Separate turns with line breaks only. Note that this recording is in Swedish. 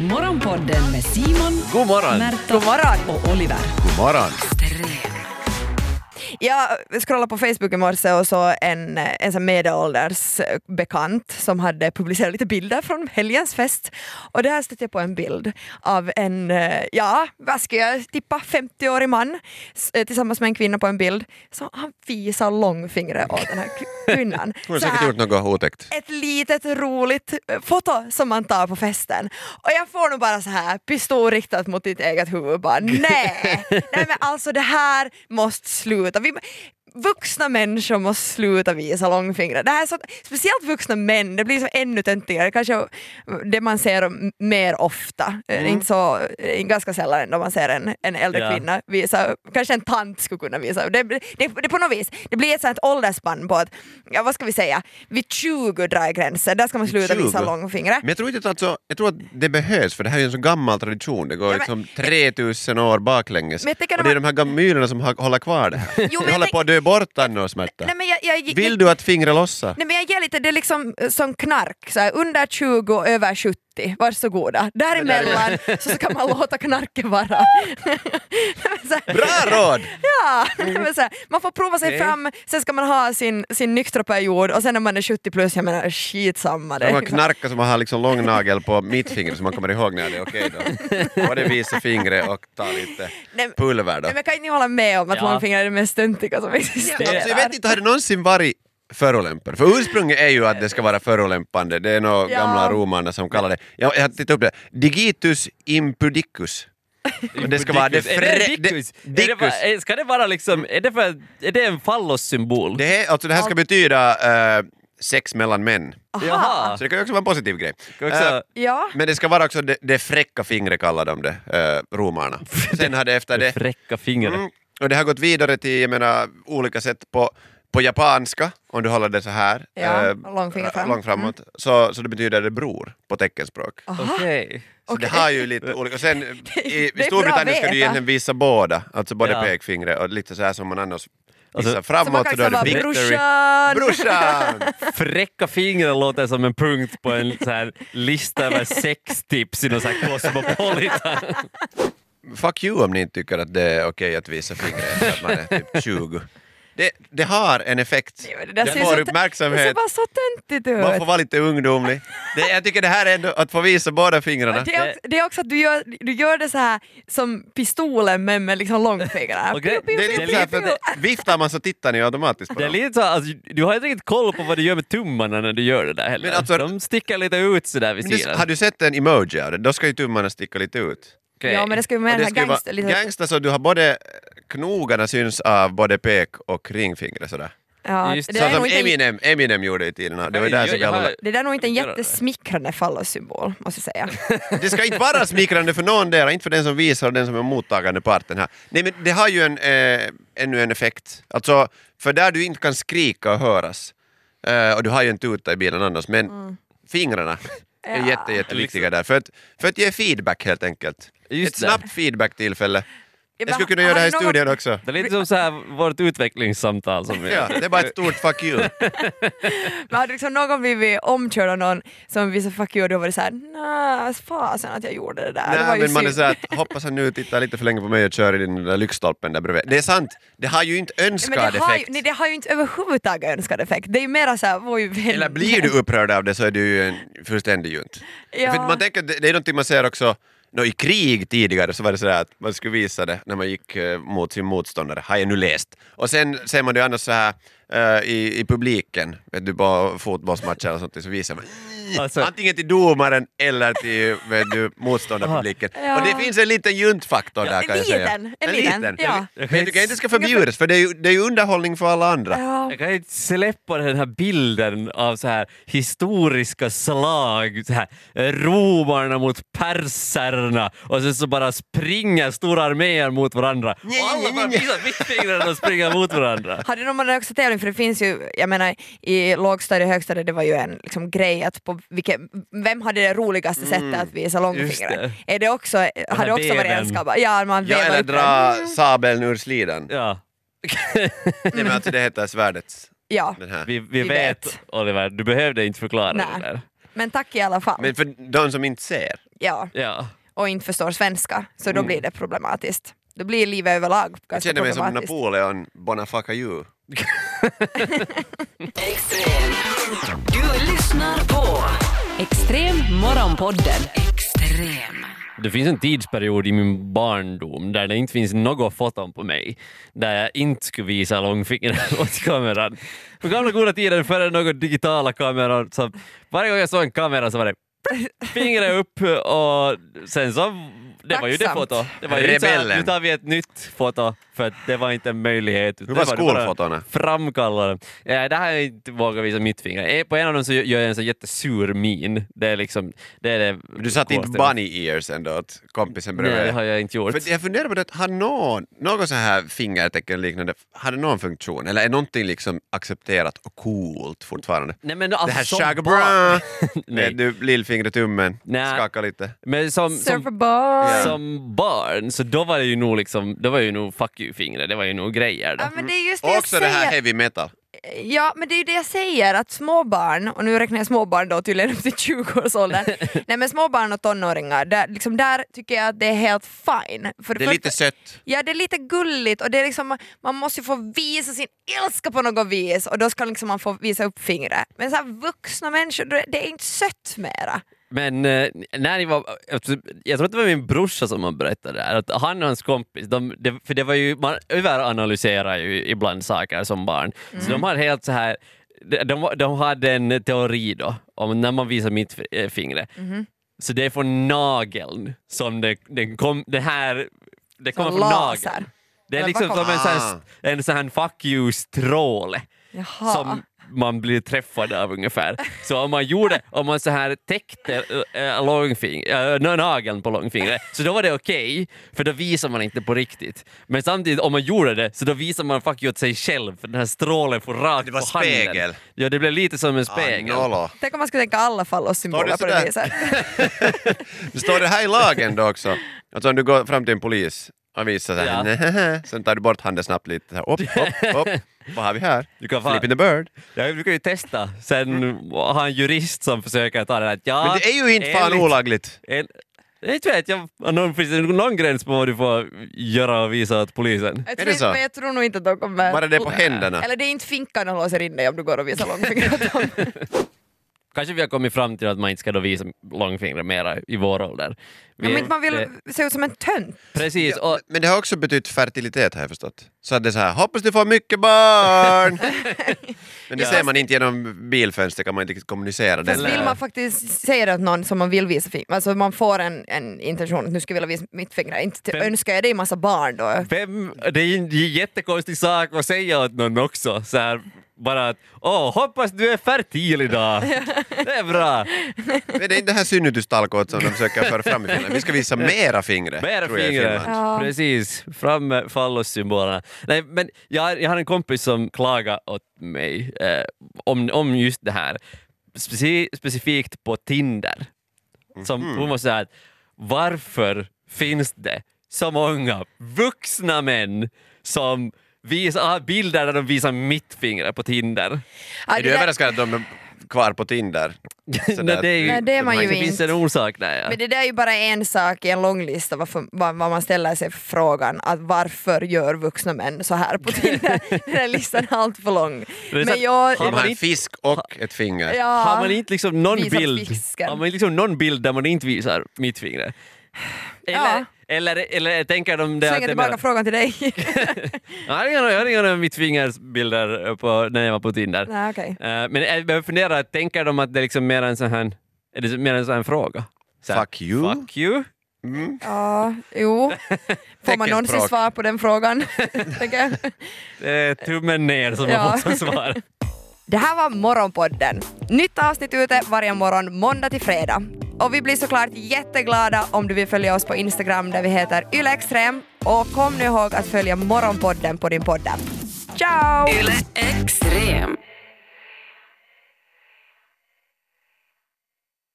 Morgonpodden med Simon,
God morgon!
Märta
God morgon.
och Oliver.
God morgon!
Jag scrollade på Facebook i morse och så en, en sån medelålders bekant som hade publicerat lite bilder från helgens fest. Och där stötte jag på en bild av en, eh, ja vad ska jag tippa, 50-årig man s- eh, tillsammans med en kvinna på en bild. Så han visar långfingret åt den här kv- kvinnan.
Hon har
Så
säkert
här,
gjort något otäckt.
ett litet roligt eh, foto som man tar på festen. Och jag får nog bara så här pistol riktat mot ditt eget huvud. Bara, nej, nej men alltså det här måste sluta. Vi, vuxna människor måste sluta visa långfingrar. Det här är så, speciellt vuxna män, det blir så ännu töntigare. Kanske det man ser m- mer ofta. Eh, Inte så, eh, ganska sällan ändå man ser en, en äldre
Ja.
kvinna visa, kanske en tant skulle kunna visa. Det, det, det på något vis, det blir ett sånt åldersspann på att, ja vad ska vi säga, vid 20 drar jag gränsen, där ska man sluta
20?
visa långfingrar.
Men jag tror, inte att alltså, jag tror att det behövs, för det här är ju en så gammal tradition. Det går
Ja, men-
liksom 3000 år baklänges.
Men jag tänker
och det är
när
de här gamylerna som har, håller kvar det här.
men
det
jag
håller
tänk-
på att dö bort Anna smärta.
Nej, men jag, jag,
Vill du att fingrar lossa?
Nej men jag ger lite, det är liksom eh, som knark, så här, under 20 och över 70, varsågoda. Däremellan så ska man låta knarket vara. Nej, men så här-
Bra råd!
Ja, men så här, man får prova sig
Mm. Okej.
fram, sen ska man ha sin, sin nyktra period och sen när man är 70 plus, jag menar skitsamma.
De har
liksom.
knarkat som har liksom lång nagel på mitt finger som man kommer ihåg när det är okej då. Både visa fingret och ta lite
Nej, men-
pulver då.
Nej, men kan inte ni hålla med om att
Ja.
långfingrar är det mest stöntiga som existerar?
Alltså, jag vet inte, har det någonsin varit förolämpande? För ursprunget är ju att det ska vara förolämpande. Det är nog
Ja.
gamla romarna som kallar det. Jag, jag har tittat upp det. Digitus impudicus. Och det ska vara det
Är det
frä-
dickus?
det- dickus.
Är det bara- är- Ska det vara liksom, är det, för, är det en fallossymbol?
Det, är, alltså, det här ska betyda eh, sex mellan män.
Jaha.
Så det kan ju också vara en positiv grej.
Kan också-
Eh,
Ja.
men det ska vara också det, det fräcka fingret kallar de det, eh, romarna. Sen har det efter det...
Fräcka fingrar.
Mm. Och det har gått vidare till jag menar, olika sätt på, på japanska, om du håller det så här,
Ja,
eh,
långfinger fram. Mm.
långt framåt, så, så det betyder det bror på teckenspråk.
Okej.
Så det har ju lite olika. Och sen i,
bra
i
att
Storbritannien ska
veta.
du egentligen visa båda, alltså både
Ja.
pekfingret och lite så här som man annars visar
Alltså-
Så man
framåt.
kan
och då är
liksom
det
vara
victory.
brorsan!
Brorsan!
Fräcka fingrar låter som en punkt på en så här lista över sextips i någon sån här Cosmopolitan.
Fuck you om ni inte tycker att det är okej att visa fingret efter att man är typ 20. Det, det har en effekt.
men det där
Det
ser ju
får
så- Det ser
uppmärksamhet.
bara så töntigt
Man
ut.
får vara lite ungdomlig. Det, jag tycker det här är ändå att få visa båda fingrarna.
Det är, också, det är också att du gör, du gör det så här som pistolen men med liksom långfingrarna.
Okej,
Piu, piu,
Det är lite
piu, piu,
så här, för
piu.
att viftar man så tittar ni automatiskt på
Det
dem.
är lite så, alltså, du har inte riktigt koll på vad du gör med tummarna när du gör det där heller.
Men alltså-
De sticker lite ut sådär vid
Men det-
sidan.
Har du sett en emoji av det? Då ska ju tummarna sticka lite ut.
Okej.
Ja men det ska ju med
Och
den
det
här
ska ju vara
gangster... Lite,
gangster så du har både eh, knogarna syns av både pek och ringfingret sådär.
ja,
Just
det,
Så
där är
som
nog inte, en-
Eminem, Eminem gjorde i tiderna. Det var ju där
Jag-
som
jag
jag
har-
alla...
det där är nog inte en
Göra det.
jättesmickrande fallossymbol måste jag säga.
Det ska inte vara smickrande för någon där, inte för den som visar och den som är mottagande parten här. Nej men det har ju en, eh, ännu en effekt. Alltså, för där du inte kan skrika och höras, eh, och du har ju en tuta i bilen annars, men fingrarna är
Mm. Ja.
jätte, jätteviktiga där. För att, för att ge feedback helt enkelt.
Just
Ett
det.
snabbt feedback-tillfälle. Jag skulle kunna
Har
göra det här i
ni någon-
studion också.
Det är lite som så här vårt utvecklingssamtal som vi
Ja, det är bara ett stort fuck you.
Men hade liksom någon blivit omkörd av någon som visade fuck you och då var det såhär nej fasen att jag gjorde det där. det var
Nej,
ju
men man är
synd."
såhär att hoppas han nu tittar lite för länge på mig och kör i den där lyktstolpen där bredvid. Det är sant, det har ju inte
Ja,
önskad
men det, har ju,
effekt.
nej, det har ju inte överhuvudtaget önskad effekt. Det är ju mera såhär, vad ju vän-
Eller blir du upprörd av det så är du ju en fullständig junt.
Ja.
För att man tänker att det det är någonting man ser också nå I krig tidigare så var det sådär att man skulle visa det när man gick eh, mot sin motståndare, har jag nu läst. Och sen ser man det annars så här eh, i, i publiken, vet du, på fotbollsmatcher eller sånt, så visar man
Alltså-
antingen till domaren eller till vet du, motståndarpubliken.
Ja.
Och det finns en liten juntfaktor där
En
kan jag
liten,
säga.
en liten, ja.
Men jag tycker inte det ska förbjudas, för det är ju, det är ju underhållning för alla andra.
Ja.
Jag kan inte släppa den här bilden av så här historiska slag, så här, eh, romarna mot perserna och sen så bara springer stora arméer mot varandra och alla bara visar mittfingrarna och springer mot varandra.
Hade de någon också tävling? För det finns ju, jag menar i lågstadie och högstadie det var ju en liksom, grej att på vilken, vem hade det roligaste
Mm,
sättet att visa långfingret?
det.
Är det också, har det också varit
veven.
önskad? Bara, Ja, man
Ja,
vevar
eller
upp den.
dra sabeln ur slidan.
Ja,
Nej men alltså det heter svärdet.
Ja,
Den här.
vi, vi,
Vi
vet,
vet.
Oliver, du behövde inte förklara
Nej.
det där.
men tack i alla fall.
Men för de som inte ser,
ja,
Ja.
och inte förstår svenska, så då blir det problematiskt. Då blir livet överlag
Mm. Jag
ganska
känner mig som
problematiskt.
Napoleon Bonafacaju.
Extrem. Du lyssnar på
Extrem morgonpodden.
Extrem.
Det finns en tidsperiod i min barndom där det inte finns något foton på mig där jag inte skulle visa långfingret åt kameran. På gamla goda tiden före någon digitala kameror. Så varje gång jag såg en kamera så var det fingret upp och sen så det var ju det
Tacksamt.
foto. Det var ju inte så här,
Rebellen.
nu tar vi ett nytt foto för att det var inte en möjlighet.
Hur
Det
var
nu bara-
skolfotona?
framkallar den. Eh, Det här har jag inte vågat visa mitt finger. Eh, På en av dem så gör jag en så jättesur min. Det är liksom... Det är det
Du satte inte
godaste.
bunny ears ändå åt kompisen
Nej, det
bredvid?
har jag inte gjort.
För jag funderar på det, att har någon, något så här fingertecken liknande, har det någon funktion? Eller är någonting liksom accepterat och coolt fortfarande?
Nej, men alltså,
det här
som
shaga
barn-
bra!
Nej.
Nej, du lillfingret tummen,
Nej.
skaka lite.
Men som, som,
Surferboy!
som barn, så då var det ju nog liksom, då var det ju nog fuck you-fingret, det var ju nog grejer då.
Ja, men det är just det
Och
jag
också det här
säger.
heavy metal.
Ja, men det är ju det jag säger att småbarn, och nu räknar jag småbarn då tydligen upp till 20-årsåldern, nej men småbarn och tonåringar, där, liksom, där tycker jag att det är helt fine. För
Det är lite
första-
sött.
Ja, det är lite gulligt och det är liksom, man måste ju få visa sin ilska på något vis och då ska liksom man få visa upp fingret. Men så här, vuxna människor, det- det är inte sött mera.
Men eh, när ni var, alltså, jag tror att det var min brorsa som man berättade det här, att han och hans kompis, de, det, för det var ju, man överanalyserar ju ibland saker som barn,
Mm.
så de hade helt så här de, de, de hade en teori då, om när man visar mitt eh, fingret.
Mhm.
Så det är från nageln som det, den kom, det här, det kommer från
laser.
nageln. Det är
Eller
liksom
vad kom-
som en sån här,
Ah.
en sån här fuck you-stråle
Jaha.
som man blir träffad av ungefär. Så om man gjorde, om man så här täckte äh, långfing, äh, nageln på långfingret, så då var det okej, för då visar man inte på riktigt. Men samtidigt, om man gjorde det, så då visar man fuck you åt sig själv, för den här strålen får rakt
Det var
på handen.
spegel.
Ja, det blev lite som en spegel.
Ah, nollo.
Tänk om man skulle tänka alla fallossymboler på
Står det
det
sådär?
viset.
Det står det här i lagen då också. Alltså om du går fram till en polis och visar så
Ja.
här, "Nähä." sen tar du bort handen snabbt lite. Så här, upp, upp, upp. Vad har vi här?
Du kan fan,
Flipping the bird.
jag brukar ju testa, sen ha en jurist som försöker ta det här. att Ja,
Mm. Men det är ju inte fan
enligt-
olagligt.
en, jag inte vet, jag, någon, finns det någon gräns på vad du får göra och visa åt polisen?
det
Jag tror, inte-
så?
Men jag tror nog inte att de kommer...
Bara det på händerna.
Eller det är inte finkan de låser in dig om du går och visar långfingret åt dem.
Kanske vi har kommit fram till att man inte ska då visa långfingret mera i vår ålder. Vi-
Om inte man
det-
vill se ut som en tönt.
precis, och,
Men det har också betytt fertilitet har jag förstått. Så att det är så här, hoppas du får mycket barn! Men det ser man inte genom bilfönster, kan man inte riktigt kommunicera den.
Fast vill man faktiskt säga det åt någon som man vill visa fingret, alltså man får en, en intention att nu ska jag vilja visa mitt finger, inte till,
Men-
önskar jag dig massa barn då.
vem, det är ju en jättekonstig sak att säga åt någon också. Så här, bara att åh, hoppas du är fertil idag. Det är bra.
Men det är inte det här synnytustalkot som de försöker föra fram i Finland. Vi ska visa mera fingre.
Bära
tror jag, i
fingret.
Finland.
Ja.
Precis, fram med fallossymbolerna. Nej, men jag, har- jag har en kompis som klagade åt mig eh, om, om just det här. Speci- specifikt på Tinder. Som,
Mhm.
Hon var så här, varför finns det så många vuxna män som visar har bilder där de visar mittfingret på Tinder?
Ja,
Är
det
du
där-
överraskad att de är kvar på Tinder? Sådär
Nej,
att
det är ju-
du-
Nej, det är
de
man
har
ju
Det
inte-
finns en orsak där ja.
Ah, Men det där är ju bara en sak i en lång lista varför, vad, vad man ställer sig för frågan att varför gör vuxna män så här på Tinder? Den här listan är allt för lång.
är så
Men
att-
jag...
Har
De
man
har en
inte-
fisk och ett finger.
Ja,
Har man inte liksom någon
Visa
bild,
fisken.
har man inte liksom någon bild där man inte visar mittfingret? Eller,
Ja.
eller, eller tänker de det
slänga
att det är
tillbaka
mera-
frågan till dig.
Jag har inga- jag har inga mittfingersbilder eh, på, när jag var på Tinder.
Nej, okej.
Eh, Men jag behöver fundera, tänker de att det är liksom mer en sån här, är det mer en sån här fråga? Så här,
Fuck you.
Fuck you.
Ja, jo. Får man någonsin
Teckenspråk.
svar på den frågan? tänker jag.
Det är tummen ner som
Ja.
man får som svar.
Det här var Morgonpodden. Nytt avsnitt ute varje morgon måndag till fredag. Och vi blir såklart jätteglada om du vill följa oss på Instagram där vi heter ylextrem. Och kom nu ihåg att följa Morgonpodden på din poddapp. Ciao!
Yle Extrem.